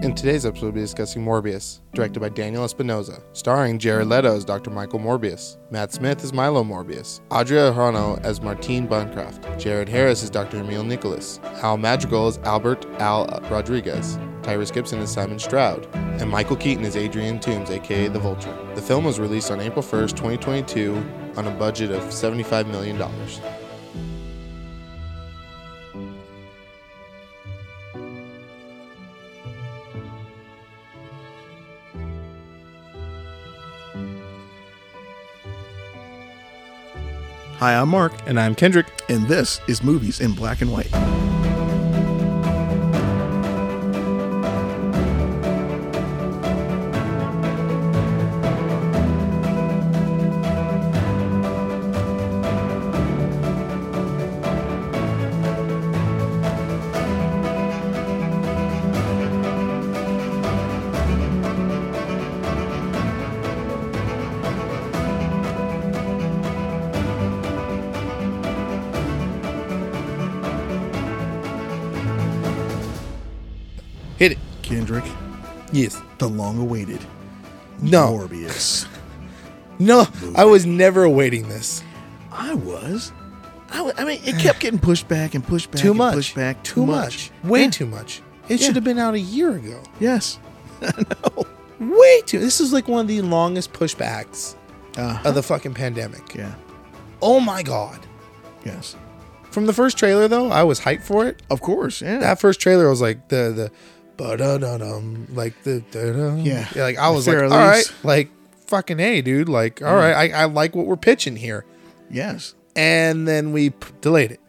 In today's episode, we'll be discussing Morbius, directed by Daniel Espinosa, starring Jared Leto as Dr. Michael Morbius, Matt Smith as Milo Morbius, Adria Arjano as Martine Buncroft, Jared Harris as Dr. Emil Nicholas, Al Madrigal as Albert Al Rodriguez, Tyrus Gibson as Simon Stroud, and Michael Keaton as Adrian Toombs, aka The Vulture. The film was released on April 1st, 2022, on a budget of $75 million. Hi, I'm Mark, And I'm Kendrick. and this is Movies in Black and White. Hit it. Kendrick, Yes. the long awaited No. Morbius. No, I was never awaiting this. I was. I, wa- I mean, it kept getting pushed back and pushed back. too and much. Pushed back. Too, much. Way Yeah. too much. It Yeah. should have been out a year ago. Yes. Way too. This is like one of the longest pushbacks Uh, of the fucking pandemic. yeah. Oh my god. Yes. From the first trailer though, I was hyped for it. Of course. Yeah. That first trailer was like the the da da dum like the da-dum. Yeah. Like I was like, all Fair right, Elise. like fucking hey, dude. Like all right, I, I like what we're pitching here. yes. and then we p- delayed it.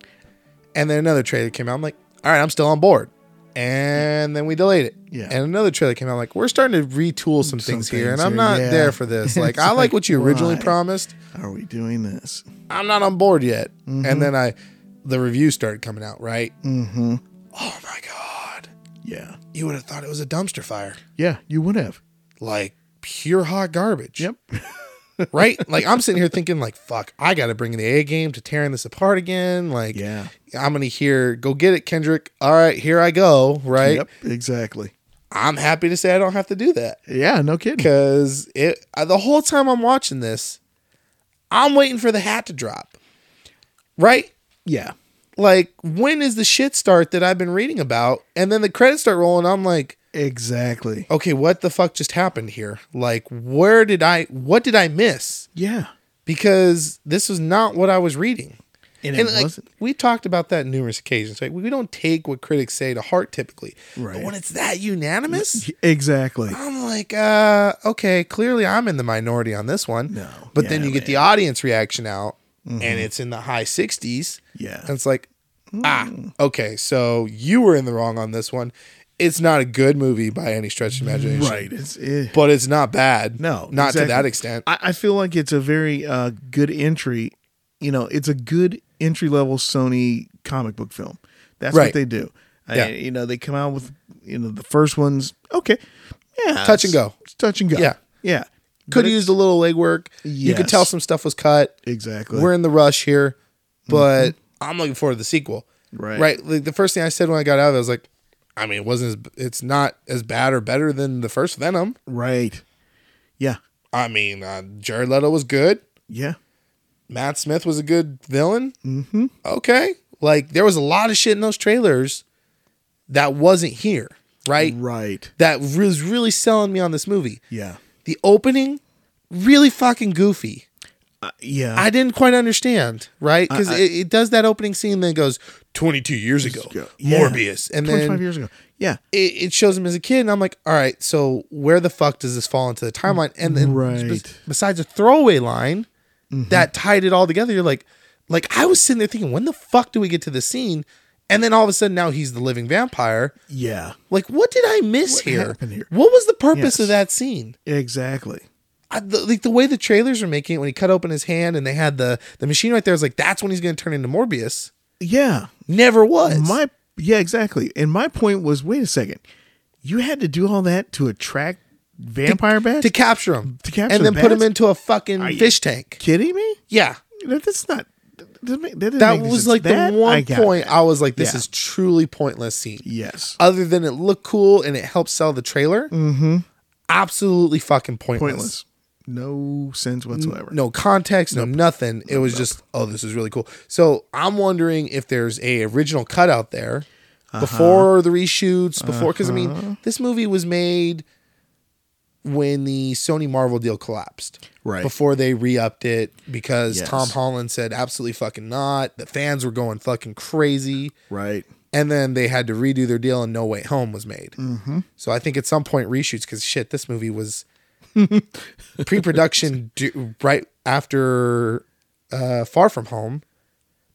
And then another trailer came out. I'm like, all right, I'm still on board. And then we delayed it. Yeah. And another trailer came out. I'm like, we're starting to retool some, things, here, and things I'm here, not yeah. there for this. Like, It's I like, like, what you originally why? promised. Are we doing this? I'm not on board yet. And then I, the reviews started coming out. Right. Mm-hmm. Oh my god, Yeah. you would have thought it was a dumpster fire, Yeah. You would have. like pure hot garbage. Yep. Right. like I'm sitting here thinking, like, fuck, I got to bring the A game to tearing this apart again. Like, Yeah. I'm gonna hear go get it, Kendrick. All right, here I go. Right. Yep. Exactly. I'm happy to say I don't have to do that Yeah. No kidding. because it uh, the whole time I'm watching this, I'm waiting for the hat to drop. Right. Yeah. Like when is the shit start that I've been reading about, and then the credits start rolling. I'm like, Exactly. okay, what the fuck just happened here? Like, where did I? What did I miss? Yeah. Because this was not what I was reading. And, and it like, wasn't. we talked about that numerous occasions. Like we don't take what critics say to heart typically, but Right. when it's that unanimous, Exactly. I'm like, uh, okay, clearly I'm in the minority on this one. No. but then Yeah, you get man. the audience reaction out, and it's in the high 60s, Yeah. and it's like, ah, okay, so you were in the wrong on this one. It's not a good movie by any stretch of imagination, Right. It's. eh. It, But it's not bad. No, not to exactly. that extent. I, I feel like it's a very uh, good entry. You know, it's a good entry level Sony comic book film. That's Right. what they do. I- Yeah. you know, they come out with you know the first ones. Okay, yeah, Touch and it's- go. it's touch and go. Yeah. yeah. Could But have used a little legwork. You could Yes. tell some stuff was cut. it- exactly. we're in the rush here, but Mm-hmm. I'm looking forward to the sequel. right, Right. Like the first thing I said when I got out of it, I was like, I mean, it wasn't as, it's not as bad or better than the first Venom. right. Yeah, I mean, uh, Jared Leto was good. yeah, Matt Smith was a good villain. Mm-hmm. Okay. Like there was a lot of shit in those trailers that wasn't here. Right. right. That was really selling me on this movie. Yeah, The opening, really fucking goofy. uh, yeah. I didn't quite understand, right? Because I- it, it does that opening scene, then it goes twenty two years ago, Yeah. Morbius, and Twenty then five years ago. Yeah, it, it shows him as a kid, and I'm like, all right, so where the fuck does this fall into the timeline? And then, Right. Mm-hmm. bes- besides a throwaway line that tied it all together, you're like, like I was sitting there thinking, when the fuck do we get to this scene? And then all of a sudden, now he's the living vampire. yeah. Like, what did I miss What here? happened here? What was the purpose of Yes. that scene? Exactly. I, the, like the way the trailers were making it when he cut open his hand and they had the the machine right there. I was like, that's when he's going to turn into Morbius. Yeah. Never was. My yeah, exactly. And my point was, wait a second, you had to do all that to attract vampire bats? to capture him, To capture and then the put him bats? into a fucking you- fish tank. kidding me? Yeah, That- That's not. that, that, didn't That make any was sense. like That the one I got. point I was like, this Yeah. is truly pointless scene. Yes. Other than it looked cool and it helped sell the trailer, Mm-hmm. absolutely fucking pointless. Pointless. No sense whatsoever. No context, no nothing. It was just, oh, this is really cool. So I'm wondering if there's a original cut out there Uh-huh. before the reshoots, before because I mean, this movie was made when the Sony Marvel deal collapsed. Right. Before they re-upped it because Yes. Tom Holland said absolutely fucking not. The fans were going fucking crazy. Right. And then they had to redo their deal, and No Way Home was made. Mm-hmm. So I think at some point reshoots because shit, this movie was pre-production d- right after uh, Far From Home,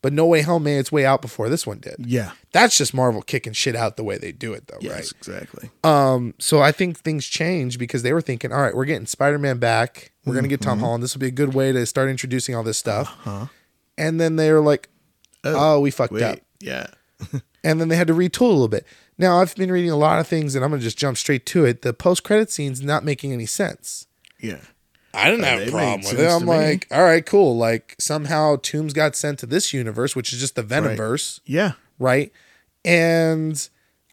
but No Way Home made its way out before this one did. Yeah. That's just Marvel kicking shit out the way they do it, though, Yes. right? Exactly. Um, so I think things changed because they were thinking, all right, we're getting Spider-Man back. We're gonna get Tom Holland. This will be a good way to start introducing all this stuff. And then they were like, Oh, oh, we fucked Wait. up Yeah. and then they had to retool a little bit. Now I've been reading a lot of things, and I'm gonna just jump straight to it. The post credit scene's not making any sense. Yeah. I didn't Uh, have they a made problem with it. sense to I'm me. like, all right, cool. Like somehow Tombs got sent to this universe, which is just the Venomverse, Yeah. right? And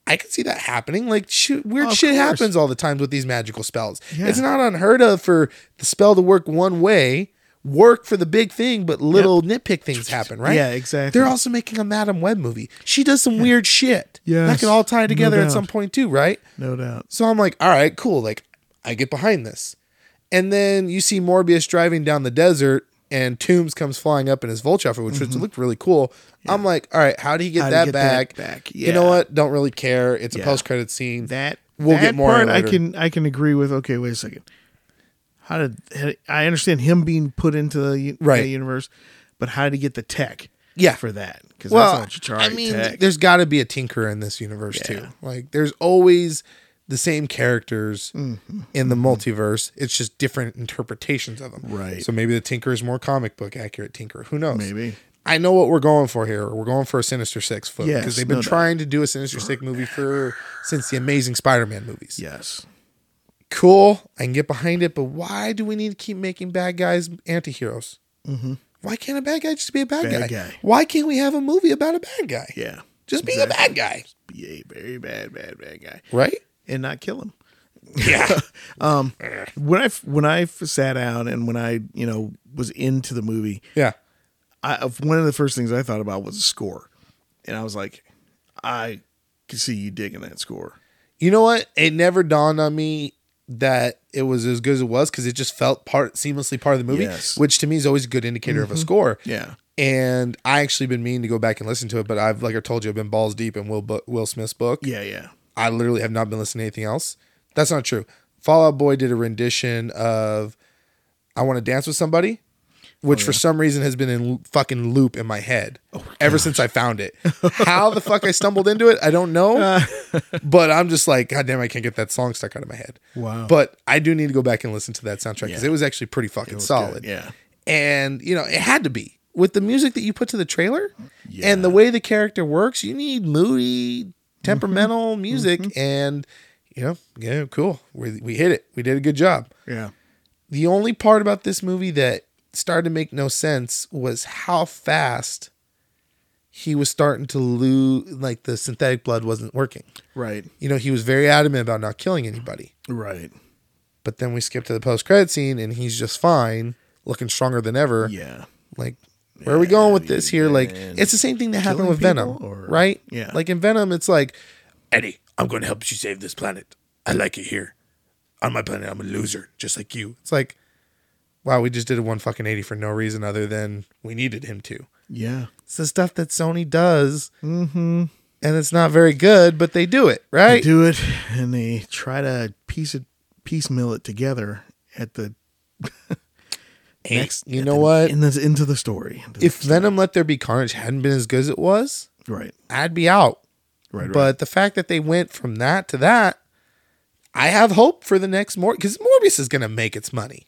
I could see that happening. Like shoot, weird Of shit course. happens all the time with these magical spells. Yeah. It's not unheard of for the spell to work one way, work for the big thing, but little nitpick things happen, right? Yeah. Exactly. They're also making a Madam Web movie. She does some weird shit. Yeah, That Yes, can all tie no together at doubt. some point too, right? no doubt. So I'm like, all right, cool. Like, I get behind this. And then you see Morbius driving down the desert and Tombs comes flying up in his Vulture outfit, which was- looked really cool. I'm like, all right, how do you get Mm-hmm. How do that you back? get that back? You know Yeah. what? Don't really care. It's a Yeah. post credit scene. That We'll that get more part I later. can I can agree with. Okay. Wait a second. How did how- I understand him being put into the, u- Right. the universe, but how did he get the tech? Yeah. For that because well, that's all I Chitauri mean, tech. there's got to be a tinkerer in this universe too. Like, there's always the same characters Mm-hmm. in the multiverse. It's just different interpretations of them. Right. So maybe the tinker is more comic book accurate tinker. Who knows? Maybe. I know what we're going for here. We're going for a Sinister Six flip because Yes, they've been no doubt. trying to do a Sinister Six movie for since the Amazing Spider-Man movies. Yes. Cool, I can get behind it, but why do we need to keep making bad guys anti-heroes? Why can't a bad guy just be a bad, Mm-hmm. Bad guy? guy. Why can't we have a movie about a bad guy? Yeah. Just being a bad guy, Be a very bad, bad, bad guy, right? and not kill him. Yeah. Um, when I when I sat down and when I you know was into the movie, yeah. I of- one of the first things I thought about was the score, and I was like, I can see you digging that score. You know what? It never dawned on me that it was as good as it was because it just felt part seamlessly part of the movie, Yes. Mm-hmm. which to me is always a good indicator of a score. Yeah, And I actually been meaning to go back and listen to it, but I've like I told you, I've been balls deep in Will Bu- Will Smith's book. yeah, yeah. I literally have not been listening to anything else. That's not true. Fallout Boy did a rendition of "I Want to Dance with Somebody," which for some reason has been in fucking loop in my head ever since I found it. How the fuck I stumbled into it, I don't know. but I'm just like, God damn, I can't get that song stuck out of my head. Wow. But I do need to go back and listen to that soundtrack because Yeah. it was actually pretty fucking solid. Good, Yeah, And, you know, it had to be. With the music that you put to the trailer Yeah. and the way the character works, you need moody, temperamental music. And, you know, yeah, cool. We, we hit it. We did a good job. yeah. The only part about this movie that started to make no sense was how fast he was starting to lose, like the synthetic blood wasn't working. Right, You know, he was very adamant about not killing anybody. right. But then we skip to the post credit scene and he's just fine, looking stronger than ever. Yeah, Like, where are we going with this here? Like, it's the same thing that happened Killing with Venom, people, or- right? Yeah. Like in Venom, it's like, Eddie, I'm going to help you save this planet. I like it here. On my planet, I'm a loser, just like you. It's like, wow, we just did a one fucking eighty for no reason other than we needed him to. yeah. It's the stuff that Sony does, mm-hmm. and it's not very good, but they do it, They right? do it, and they try to piece it, piecemeal it together at the Hey, next. you at know the- what? In the, into the story. Into the- If Venom Let There Be Carnage hadn't been as good as it was, right, I'd be out. right, right. But the fact that they went from that to that, I have hope for the next Mor because Morbius is gonna make its money.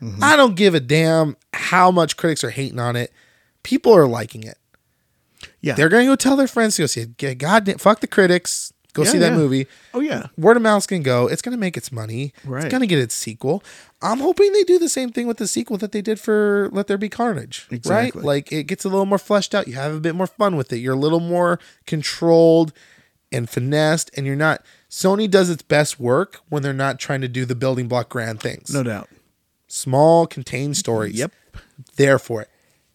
Mm-hmm. I don't give a damn how much critics are hating on it. People are liking it. Yeah. They're gonna go tell their friends to go see it. Get- God damn, fuck the critics. Go Yeah, see that yeah. movie. Oh yeah. Word of mouth can go. It's going to make its money. Right. It's going to get its sequel. I'm hoping they do the same thing with the sequel that they did for Let There Be Carnage. Exactly. Right? Like it gets a little more fleshed out. You have a bit more fun with it. You're a little more controlled and finessed, and you're not. Sony does its best work when they're not trying to do the building block grand things. No doubt. Small, contained stories. Yep. There for it.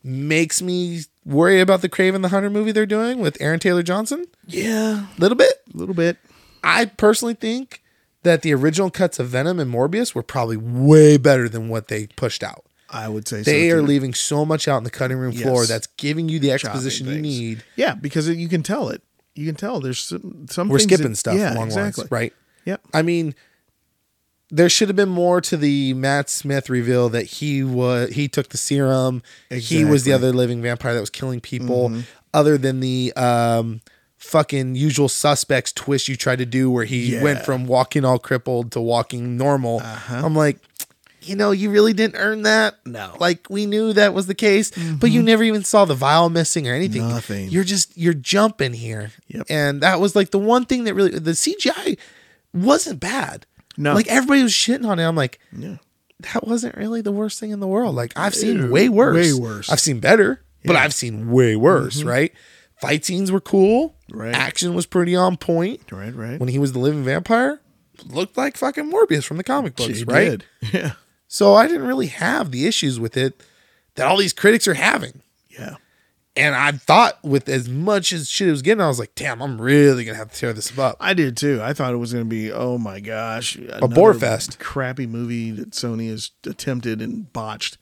Makes me worry about the Craven the Hunter movie they're doing with Aaron Taylor Johnson Yeah. a little bit. A little bit. I personally think that the original cuts of Venom and Morbius were probably way better than what they pushed out. I would say They so are too. leaving so much out in the cutting room floor Yes. that's giving you the exposition you things. need. Yeah, because it, you can tell it. You can tell there's some. some We're things skipping that- stuff Yeah, along exactly. lines, right? Yep. I mean, there should have been more to the Matt Smith reveal that he was he took the serum. He was the Exactly. Mm-hmm. other living vampire that was killing people. Other than the um, fucking usual suspects twist you tried to do, where he Yeah. Uh-huh. went from walking all crippled to walking normal. I'm like. You know, you really didn't earn that. No. Mm-hmm. Like we knew that was the case, but you never even saw the vial missing or anything. Nothing. You're just you're jumping here. Yep. And that was like the one thing that really the CGI wasn't bad. No. Like everybody was shitting on it. I'm like, Yeah. that wasn't really the worst thing in the world. Like I've seen way worse. way worse. Mm-hmm. I've seen better, but I've seen way worse, right? Fight scenes were cool. Right. Action was pretty on point. Right. Right. When he was the living vampire, looked like fucking Morbius from the comic books, She right? did. Yeah. So I didn't really have the issues with it that all these critics are having. Yeah. And I thought with as much as shit it was getting, I was like, damn, I'm really gonna have to tear this up. I did too. I thought it was going to be oh my gosh, a bore fest. crappy movie that Sony has attempted and botched.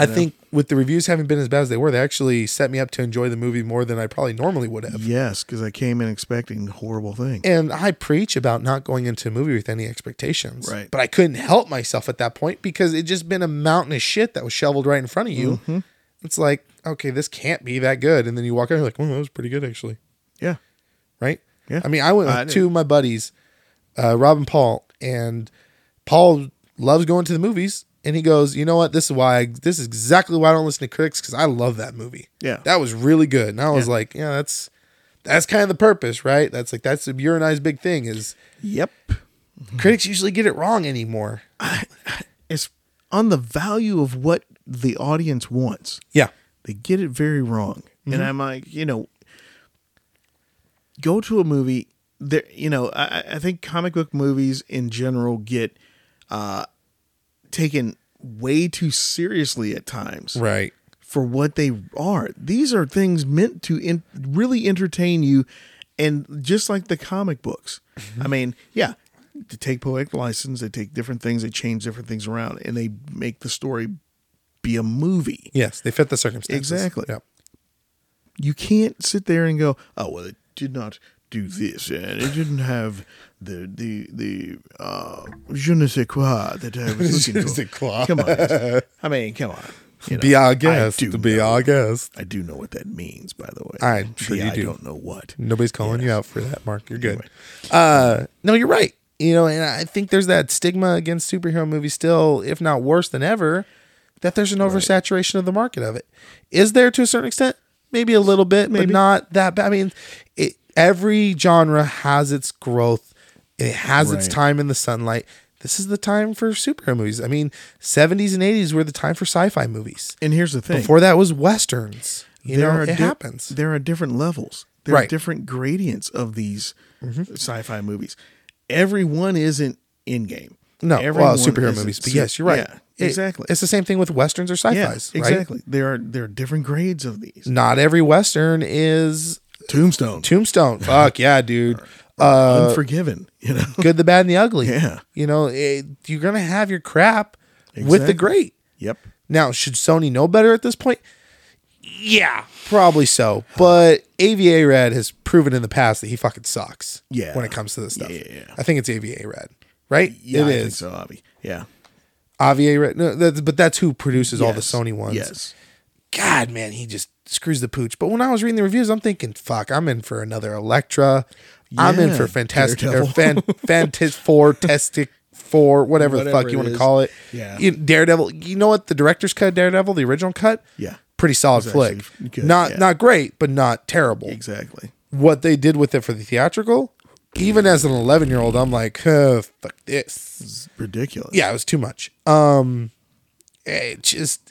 I think with the reviews having been as bad as they were, they actually set me up to enjoy the movie more than I probably normally would have. Yes, because I came in expecting a horrible thing. And I preach about not going into a movie with any expectations. Right. But I couldn't help myself at that point because it just been a mountain of shit that was shoveled right in front of you. Mm-hmm. It's like, okay, this can't be that good. And then you walk out, you're like, well, that was pretty good actually. Yeah, right? Yeah. I mean, I went with I did. two of my buddies, uh, Rob and Paul, and Paul loves going to the movies. And he goes, you know what? This is why. I, this is exactly why I don't listen to critics because I love that movie. Yeah. that was really good. And I was like, yeah, that's that's kind of the purpose, right? That's like that's your and I's big thing is yep. critics usually get it wrong anymore. It's on the value of what the audience wants. Yeah, They get it very wrong, and I'm like, you know, go to a movie. There, you know, I, I- I think comic book movies in general get uh, taken way too seriously at times. right. for what they are. These are things meant to in, really entertain you, and just like the comic books. I Mm-hmm. mean, yeah, to take poetic license, they take different things, they change different things around, and they make the story be a movie. Yes, they fit the circumstances Exactly. Yep. You can't sit there and go, "Oh well, it did not do this, and it didn't have the the the uh, je ne sais quoi that I was Je ne looking for." sais quoi. Come on, guys. I mean, come on. You know, Be our I guest. do Be our guest. I do know what that means, by the way. I'm sure Yeah, you do. I don't know what. Nobody's calling you out for that, Mark. You're good. Uh, no, you're right. You know, and I think there's that stigma against superhero movies still, if not worse than ever, that there's an oversaturation of the market of it. Is there to a certain extent? Maybe a little bit, but not that bad. I mean, it, every genre has its growth. It has its Right. time in the sunlight. This is the time for superhero movies. I mean, 70s and 80s were the time for sci-fi movies. And here's the thing. Before that was westerns. You know, it di- happens. There are different levels. There are Right. Mm-hmm. different gradients of these sci-fi movies. Everyone isn't in game. No, well, Everyone superhero isn't movies. But su- yes, you're right. Yeah, It- exactly. it's the same thing with westerns or sci-fi's, yeah, right? exactly. There are there are different grades of these. Not every western is Tombstone, Tombstone. Fuck yeah, dude. Uh, Unforgiven. You know, Good, the bad, and the ugly. Yeah. You know, it, you're gonna have your crap with the Exactly. great. yep. Now, should Sony know better at this point? Yeah, probably so. But AVA Red has proven in the past that he fucking sucks. Yeah. When it comes to this stuff. Yeah. I think it's AVA Red, right? Yeah, it I is. Think so, Avi. Yeah. AVA Red. No, that's, but that's who produces all the Yes. Sony ones. Yes. God, man, he just screws the pooch. But when I was reading the reviews, I'm thinking, fuck, I'm in for another Electra. I'm in Yeah, for Fantastic or Daredevil. fan, Fantastic Four, Tastic Four, whatever, the Whatever fuck you it want to is. call it. Yeah. You- Daredevil. You know what? The director's cut, Daredevil, the original cut. Yeah. Pretty solid actually flick. good, not yeah. not great, but not terrible. Exactly. What they did with it for the theatrical, even as an 11 year old, I'm like, oh, fuck this. It's ridiculous. Yeah, it was too much. Um, it just,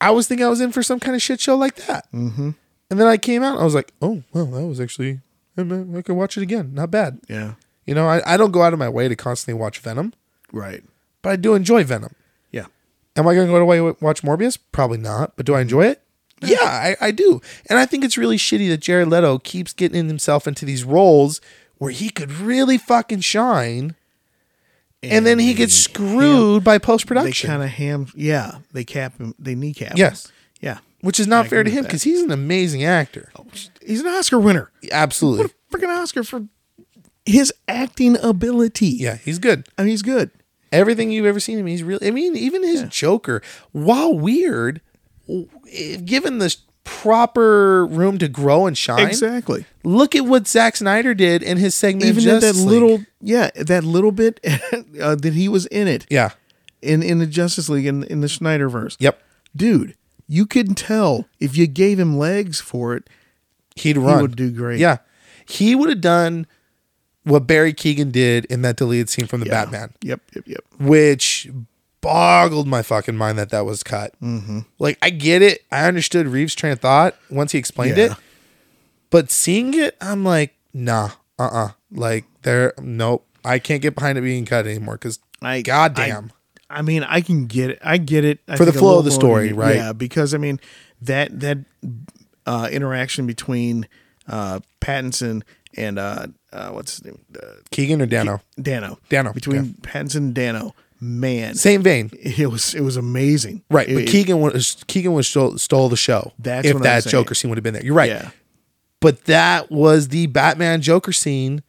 I was thinking I was in for some kind of shit show like that. Mm-hmm. And then I came out, I was like, oh, well, that was actually, I mean, I could watch it again. Not bad. Yeah. You know, I, I don't go out of my way to constantly watch Venom, Right. but I do enjoy Venom. Yeah. Am I going to go away and watch Morbius? Probably not. But do I enjoy it? Yeah, I, I do. And I think it's really shitty that Jared Leto keeps getting himself into these roles where he could really fucking shine. And, then he gets screwed by post They production, kind of ham. Yeah. They cap him. They kneecap. him. Yes. Yeah. which is not I fair to agree him with because he's an amazing actor. He's an Oscar winner. Absolutely. Freaking Oscar for his acting ability. Yeah, he's good. I mean, he's good. Everything you've ever seen him, he's really. I mean, even his Joker, while weird, w- if given the proper room to grow and shine, Exactly. Look at what Zack Snyder did in his segment. of Even at that Justice League. little, yeah, that little bit uh, that he was in it Yeah. in in the Justice League in in the Snyderverse. Yep. dude, you could tell if you gave him legs for it. He'd run. would do great. Yeah. He would have done what Barry Keegan did in that deleted scene from the Yeah. Batman, Yep, yep, yep. which boggled my fucking mind that that was cut. Mm-hmm. Like, I get it. I understood Reeves' train of thought once he explained it. Yeah. But seeing it, I'm like, nah, uh uh Like, there, nope. I can't get behind it being cut anymore because, I- goddamn. I mean, I can get it. I get it I For the think a flow little of the more story, than- right? Yeah, because I mean that that uh, interaction between uh, Pattinson and uh, uh, what's his name, uh, Keegan or Dano? Dano, Dano, between Pattinson and Dano, man, Same vein. it was it was amazing, Right, It- but it- Keegan was Keegan was stole, stole the show. That's if what I'm that saying. Joker scene would have been there. You're right. yeah, But that was the Batman Joker scene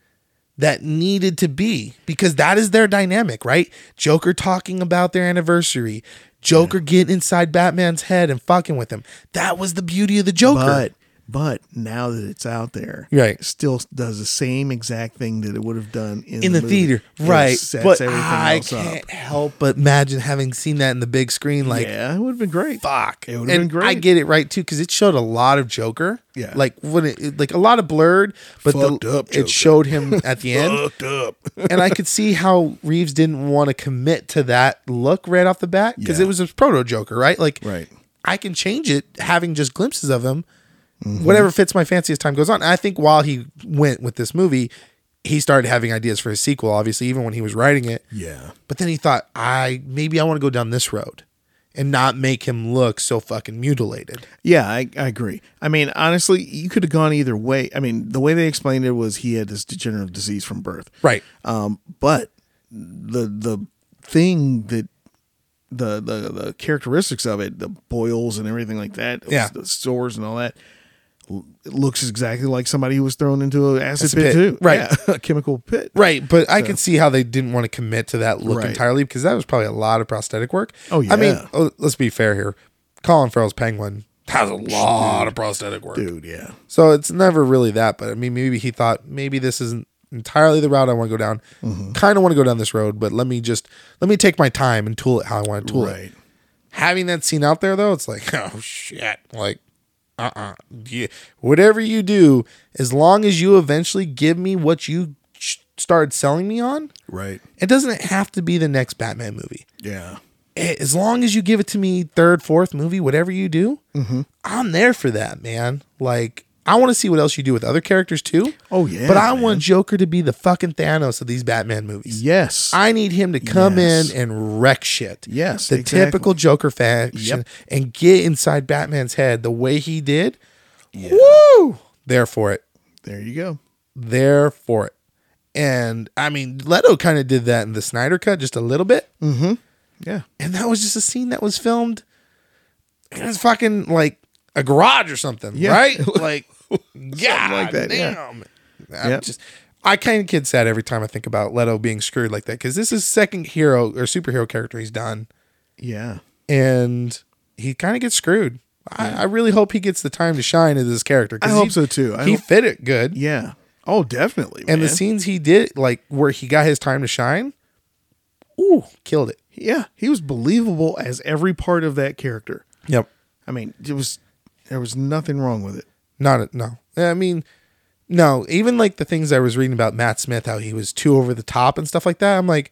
that needed to be because that is their dynamic, right? Joker talking about their anniversary, Joker getting inside Batman's head and fucking with him. That was the beauty of the Joker. but but now that it's out there, Right. it still does the same exact thing that it would have done in, in the, movie. theater, It right? sets But everything I else up. can't help but imagine having seen that in the big screen, like yeah, it would have been great. fuck. It would've and been great. I get it right too because it showed a lot of Joker. Yeah. like when it like a lot of blurred, but Fucked the, up Joker. it showed him at the end, Fucked up. and I could see how Reeves didn't want to commit to that look right off the bat because Yeah. it was a proto Joker, right? Like, Right. I can change it having just glimpses of him, Mm-hmm. whatever fits my fancy as time goes on. And I think while he went with this movie. He started having ideas for his sequel, obviously, even when he was writing it. Yeah. But then he thought, I maybe I want to go down this road and not make him look so fucking mutilated. Yeah, I, I agree. I mean, honestly, you could have gone either way. I mean, the way they explained it was he had this degenerative disease from birth. Right. Um, but the the thing that the, the the characteristics of it, the boils and everything like that, Yeah. the sores and all that, l- it looks exactly like somebody who was thrown into an acid, Acid pit, pit. too. Right. Yeah, a chemical pit. Right. But I could see how they didn't want to commit to that look Right. entirely because that was probably a lot of prosthetic work. Oh, I mean, yeah. oh, let's be fair here. Colin Farrell's Penguin has a lot of prosthetic work. Dude, yeah. So it's never really that. But I mean, maybe he thought maybe this isn't entirely the route I want to go down. Mm-hmm. Kind of want to go down this road, but let me just, let me take my time and tool it how I want to tool it. Right. having that scene out there though, it's like, oh shit. Like, uh uh Yeah. Whatever you do, as long as you eventually give me what you sh- started selling me on, Right. it doesn't have to be the next Batman movie. Yeah. Eh, As long as you give it to me third, fourth movie, whatever you do, Mm-hmm. I'm there for that, man. Like, I want to see what else you do with other characters too. Oh, yeah, But I man. want Joker to be the fucking Thanos of these Batman movies. Yes. I need him to come Yes. in and wreck shit. Yes, The exactly. typical Joker faction Yep. and get inside Batman's head the way he did. Woo! There for it. there you go. There for it. And I mean, Leto kind of did that in the Snyder Cut just a little bit. Yeah. And that was just a scene that was filmed. It was fucking like a garage or something, Yeah. right? Like, yeah, like that, yeah. damn. I'm Yep. just, I kind of get sad every time I think about Leto being screwed like that because this is second hero or superhero character he's done, Yeah. and he kind of gets screwed. I, I really hope he gets the time to shine as this character. 'cause I hope he- so, too. I he hope- fit it good, Yeah. Oh, definitely. and the man. scenes he did, like where he got his time to shine, ooh, killed it. Yeah, he was believable as every part of that character. Yep. I mean, it was there was nothing wrong with it. Not a, no. I mean, No, even like the things I was reading about Matt Smith, how he was too over the top and stuff like that. I'm like,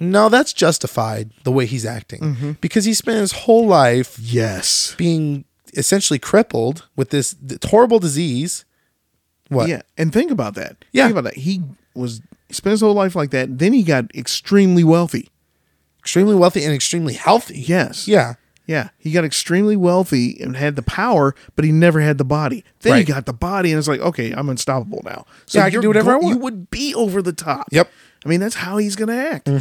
no, that's justified the way he's acting because he spent his whole life Yes. being essentially crippled with this th- horrible disease. What? Yeah. And think about that. Yeah. Think about that. He was spent his whole life like that. Then he got extremely wealthy. Extremely wealthy and extremely healthy. Yes. Yeah. Yeah. He got extremely wealthy and had the power, but he never had the body. Then Right. he got the body and it's like, okay, I'm unstoppable now. So Yeah, I can you're do whatever I want. You would be over the top. Yep. Mm-hmm. I mean, that's how he's going to act. I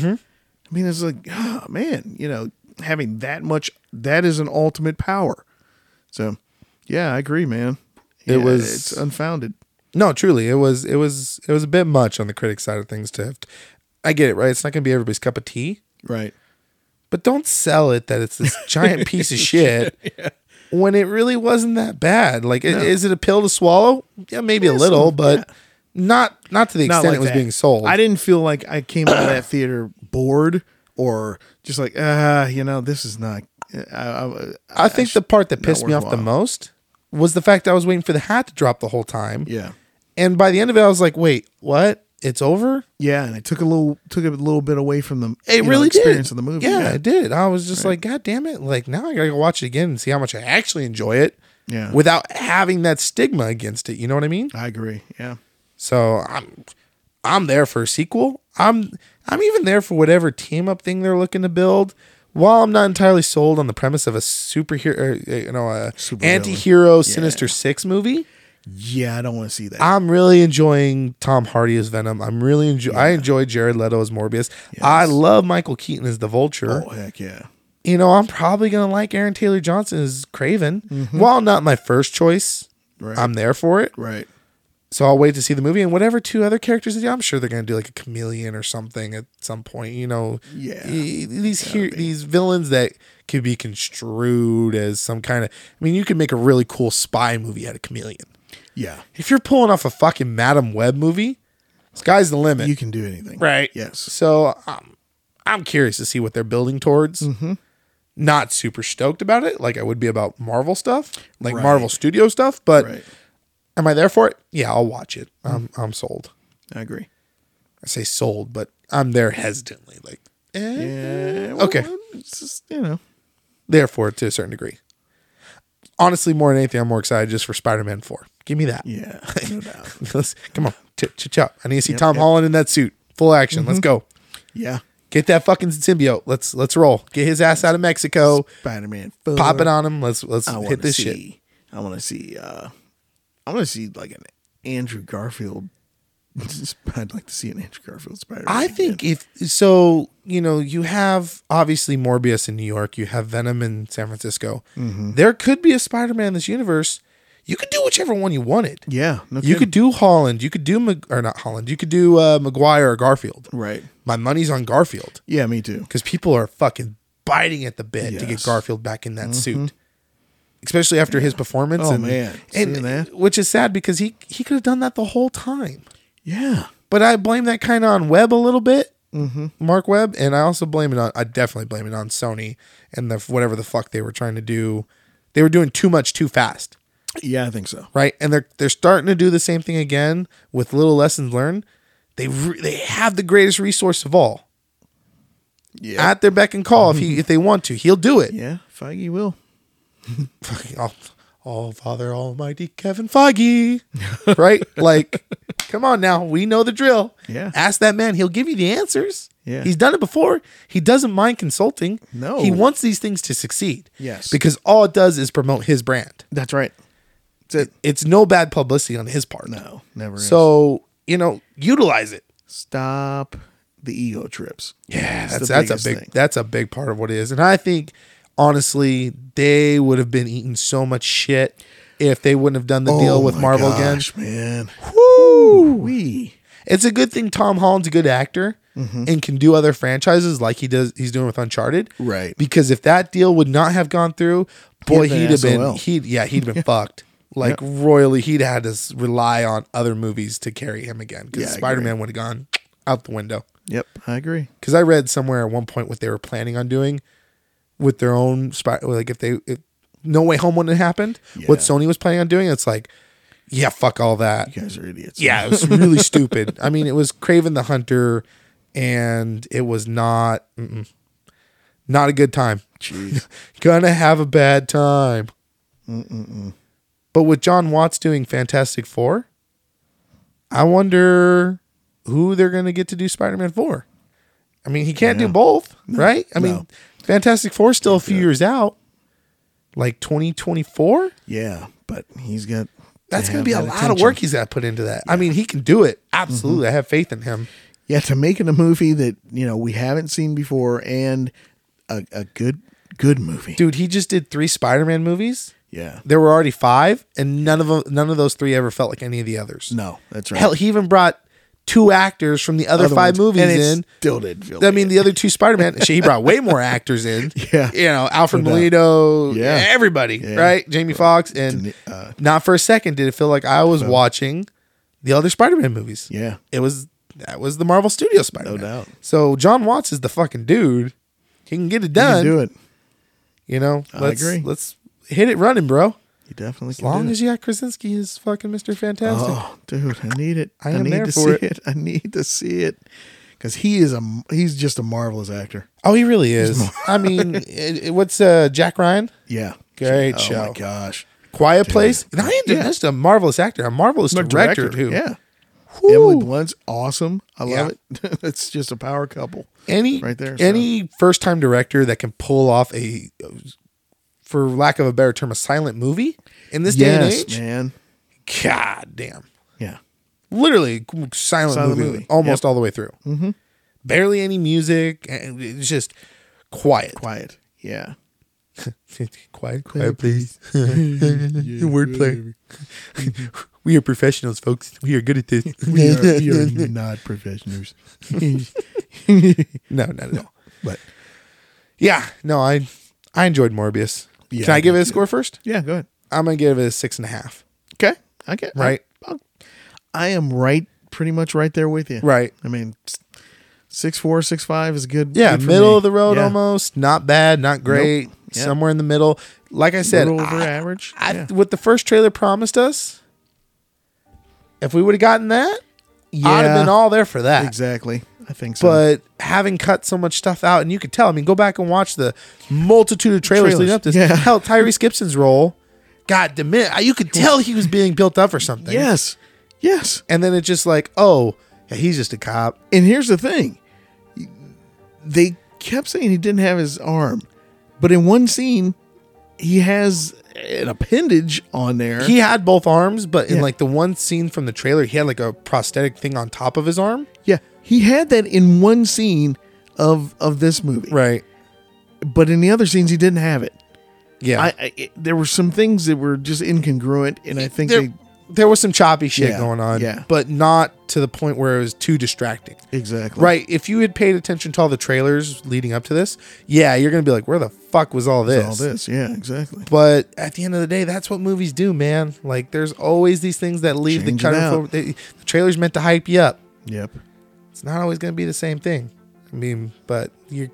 mean, it's like, oh, man, you know, having that much, that is an ultimate power. So, yeah, I agree, man. It Yeah, was- It's unfounded. No, truly, it was it was it was a bit much on the critic side of things to have. t- I get it, right? It's not going to be everybody's cup of tea, Right. but don't sell it that it's this giant piece of shit when it really wasn't that bad. Like, i- is it a pill to swallow? Yeah, maybe a little, but not not to the extent it was that. being sold. I didn't feel like I came out of that theater bored or just like, ah, you know, this is not. uh, I, I, I think the part that pissed me off the worthwhile. most was the fact that I was waiting for the hat to drop the whole time. yeah, And by the end of it, I was like, wait, what? It's over? yeah, and it took a little took a little bit away from the It you know, really experience did. of the movie. Yeah, it did. I was just like, God damn it. Like, now I gotta go watch it again and see how much I actually enjoy it Yeah. without having that stigma against it. You know what I mean? I agree. Yeah, So I'm I'm there for a sequel. I'm I'm even there for whatever team up thing they're looking to build. While I'm not entirely sold on the premise of a superhero, uh, you know, a Supervillain. anti-hero Sinister Six movie, yeah, I don't want to see that. I'm really enjoying Tom Hardy as Venom. I'm really enjoy. I enjoy Jared Leto as Morbius. I love Michael Keaton as the Vulture. oh heck yeah, You know, I'm probably gonna like Aaron Taylor Johnson as Craven. While not my first choice, Mm-hmm. Right. I'm there for it. right. So I'll wait to see the movie and whatever two other characters they do. I'm sure they're gonna do like a chameleon or something at some point. You know, Yeah. E- These here, these villains that could be construed as some kind of. I mean, you could make a really cool spy movie out of chameleon. Yeah, If you're pulling off a fucking Madam Web movie, sky's the limit, you can do anything. right? Yes. So um, I'm curious to see what they're building towards. Mm-hmm. Not super stoked about it, like I would be about Marvel stuff, like Right. Marvel Studio stuff. But Right. am I there for it? Yeah, I'll watch it. I'm I'm sold. I agree. I say sold, but I'm there hesitantly. Like, eh, Yeah. Okay. It's just, you know. therefore, to a certain degree. Honestly, more than anything, I'm more excited just for Spider Man 4. Give me that. Yeah. No doubt. Let's, come on. Chip, chip, chop. I need to see Tom Holland in that suit. Full action. Let's Mm-hmm. go. Yeah. Get that fucking symbiote. Let's let's roll. Get his ass out of Mexico. Spider Man. Pop it on him. Let's let's I hit want to this shit. see. I want to see. uh I want to see like an Andrew Garfield. I'd like to see an Andrew Garfield Spider. I think if so, you know, you have obviously Morbius in New York, you have Venom in San Francisco. Mm-hmm. There could be a Spider-Man in this universe. You could do whichever one you wanted. Yeah. No You could do Holland. You could do Mag- or not Holland. You could do uh, Maguire or Garfield. Right. My money's on Garfield Yeah. Me too. because people are fucking biting at the bit to get Yes. Mm-hmm. Garfield back in that suit, especially after his performance. Oh, and, man. and- Seeing that. which is sad because he he could have done that the whole time. Yeah. But I blame that kind of on Webb a little bit, Mm-hmm. Mark Webb, and I also blame it on I definitely blame it on Sony and the whatever the fuck they were trying to do. They were doing too much too fast Yeah. I think so. right? And they're they're starting to do the same thing again with little lessons learned. They re- they have the greatest resource of all Yeah. Mm-hmm. at their beck and call. If he if they want to, he'll do it. yeah. Feige will. Fucking all, all Father Almighty Kevin Foggy, right? Like, come on now, we know the drill. Yeah. ask that man; he'll give you the answers. Yeah. he's done it before. He doesn't mind consulting. No. he wants these things to succeed. Yes. because all it does is promote his brand. That's right. That's it. It's no bad publicity on his part. No. Never. is. So you know, utilize it. stop the ego trips. Yeah, that's the that's a biggest big thing. that's a big part of what it is, and I think honestly they would have been eating so much shit if they wouldn't have done the deal with Oh my Marvel gosh, man. again. Woo! We. It's a good thing Tom Holland's a good actor Mm-hmm. and can do other franchises like he does. He's doing with Uncharted, Right. Because if that deal would not have gone through, boy, been he'd have been SOL. he'd yeah he'd been fucked. Like royally, he'd had to s- rely on other movies to carry him again because Yeah, I agree. Spider Man would have gone out the window Yep. I agree. because I read somewhere at one point what they were planning on doing with their own spy. Like if they, if No Way Home wouldn't have happened, what Yeah. Sony was planning on doing, it's like Yeah, fuck all that. You guys are idiots. Yeah, it was really stupid. I mean, it was Craven the Hunter, and it was not mm-mm. not a good time. Jeez. Gonna have a bad time. But with John Watts doing Fantastic Four, I wonder who they're gonna get to do Spider Man Four. I mean, he can't do both, right? I mean, No. Fantastic Four still a few years out, like twenty twenty four. Yeah, but he's got. to That's going to have be a lot that of attention. Mm-hmm. work he's got to put into that. I mean, he can do it. Absolutely. I have faith in him. Yeah, to making a movie that you know we haven't seen before and a, a good good movie. Dude, he just did 3 Spider-Man movies. Yeah. There were already 5 and none of them, none of those 3 ever felt like any of the others. No, that's right. Hell, he even brought two actors from the other, Other 5 ones- movies and it in. Still did. Feel I mean, the other two Spider-Man, shit, he brought way more actors in. Yeah. You know, Alfred No doubt. Molino, Yeah. everybody, Yeah. right? Jamie Foxx and uh, not for a second did it feel like I was watching the other Spider-Man movies. yeah. it was that was the Marvel Studios Spider. No doubt. So John Watts is the fucking dude. He can get it You done. can do it. You know, I let's agree. let's hit it running, bro. You definitely As can long do as you got Krasinski as fucking Mr. it. Fantastic. Oh, dude, I need it. I I, am need there to for see it. it. I need to see it because he is a he's just a marvelous actor. Oh, he really is. I mean, it, it- what's uh, Jack Ryan? Yeah. Great oh show. my gosh. Quiet Place. Not even Yeah. just a marvelous actor, a marvelous director, too. Yeah. Whew. Emily Blunt's awesome. I love it. it's just a power couple. any right there, so- any first time director that can pull off a, for lack of a better term, a silent movie in this day and age. man. God damn. Yeah. literally silent, Silent movie, movie. almost all the way through. Mm-hmm. Barely any music. and It's just quiet. Quiet. Yeah. Quiet, quiet, please. Wordplay. we are professionals, folks. We are good at this. We are, we are not professionals. no, not at all. but Yeah, no, I I enjoyed Morbius. Yeah, Can I I give did it a score first? yeah, go ahead. I'm gonna give it a six and a half. Okay. I get Right. I, I am right pretty much right there with you. Right. I mean s- six four, six five is good. Yeah, good for middle me. of the road Yeah. almost. Not bad, not great. Yeah. Somewhere in the middle. Like I said, Little over I- average. I, yeah. what the first trailer promised us, if we would have gotten that, I'd have Yeah. been all there for that. exactly. I think so. But having cut so much stuff out, and you could tell, I mean, go back and watch the multitude of trailers, Trailers, leading up to this. yeah. Hell, Tyrese Gibson's role, God damn it, I- you could tell he was being built up for something. yes. Yes. And then it's just like, oh, yeah, he's just a cop. And here's the thing they kept saying he didn't have his arm, but in one scene, he has an appendage on there. He had both arms, but in Yeah. like the one scene from the trailer, he had like a prosthetic thing on top of his arm. yeah, he had that in one scene of of this movie, Right. but in the other scenes, he didn't have it. Yeah. I, I it, there were some things that were just incongruent, and I think there, there was some choppy shit Yeah, going on, yeah. but not to the point where it was too distracting. they exactly Right. If you had paid attention to all the trailers leading up to this, yeah, you're going to be like, where the fuck was all this? all this. Yeah, exactly. But at the end of the day, that's what movies do, man. Like, there's always these things that leave Change it the cutting out. floor. They, the trailer's meant to hype you up. Yep. It's not always going to be the same thing. I mean, but you're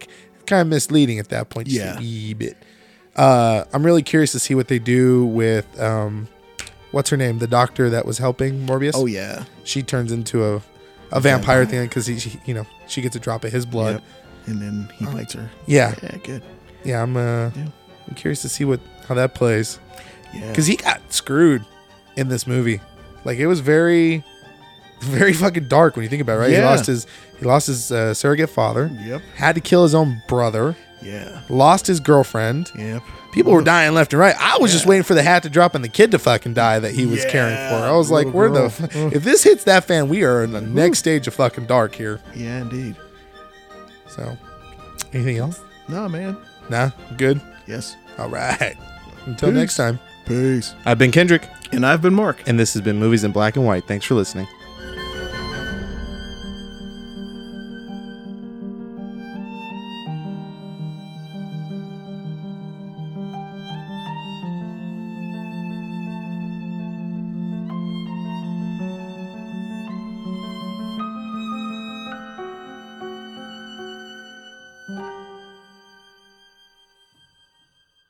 kind of misleading at that point. Just Yeah. A wee bit. Uh, I'm really curious to see what they do with, um, what's her name? The doctor that was helping Morbius? Oh yeah. she turns into a, a vampire thing because he, she- you know, she gets a drop of his blood. Yep. And then he bites her. Yeah, Yeah, good. yeah. I'm, uh, Yeah. I'm curious to see what how that plays Yeah. because he got screwed in this movie. Like it was very, very fucking dark when you think about it. Right? He Yeah. lost his he lost his uh, surrogate father. Yep. Had to kill his own brother. Yeah. Lost his girlfriend. Yep. People were dying left and right. I was just waiting for the hat to drop and the kid to fucking die that he was caring Yeah, for. I was like, little "Where girl. the? F- if this hits that fan, we are in the next stage of fucking dark here." Yeah, indeed. So, anything else? No, man. Nah, good. Yes. All right. Until Peace. next time. Peace. I've been Kendrick, And I've been Mark. and this has been Movies in Black and White. Thanks for listening.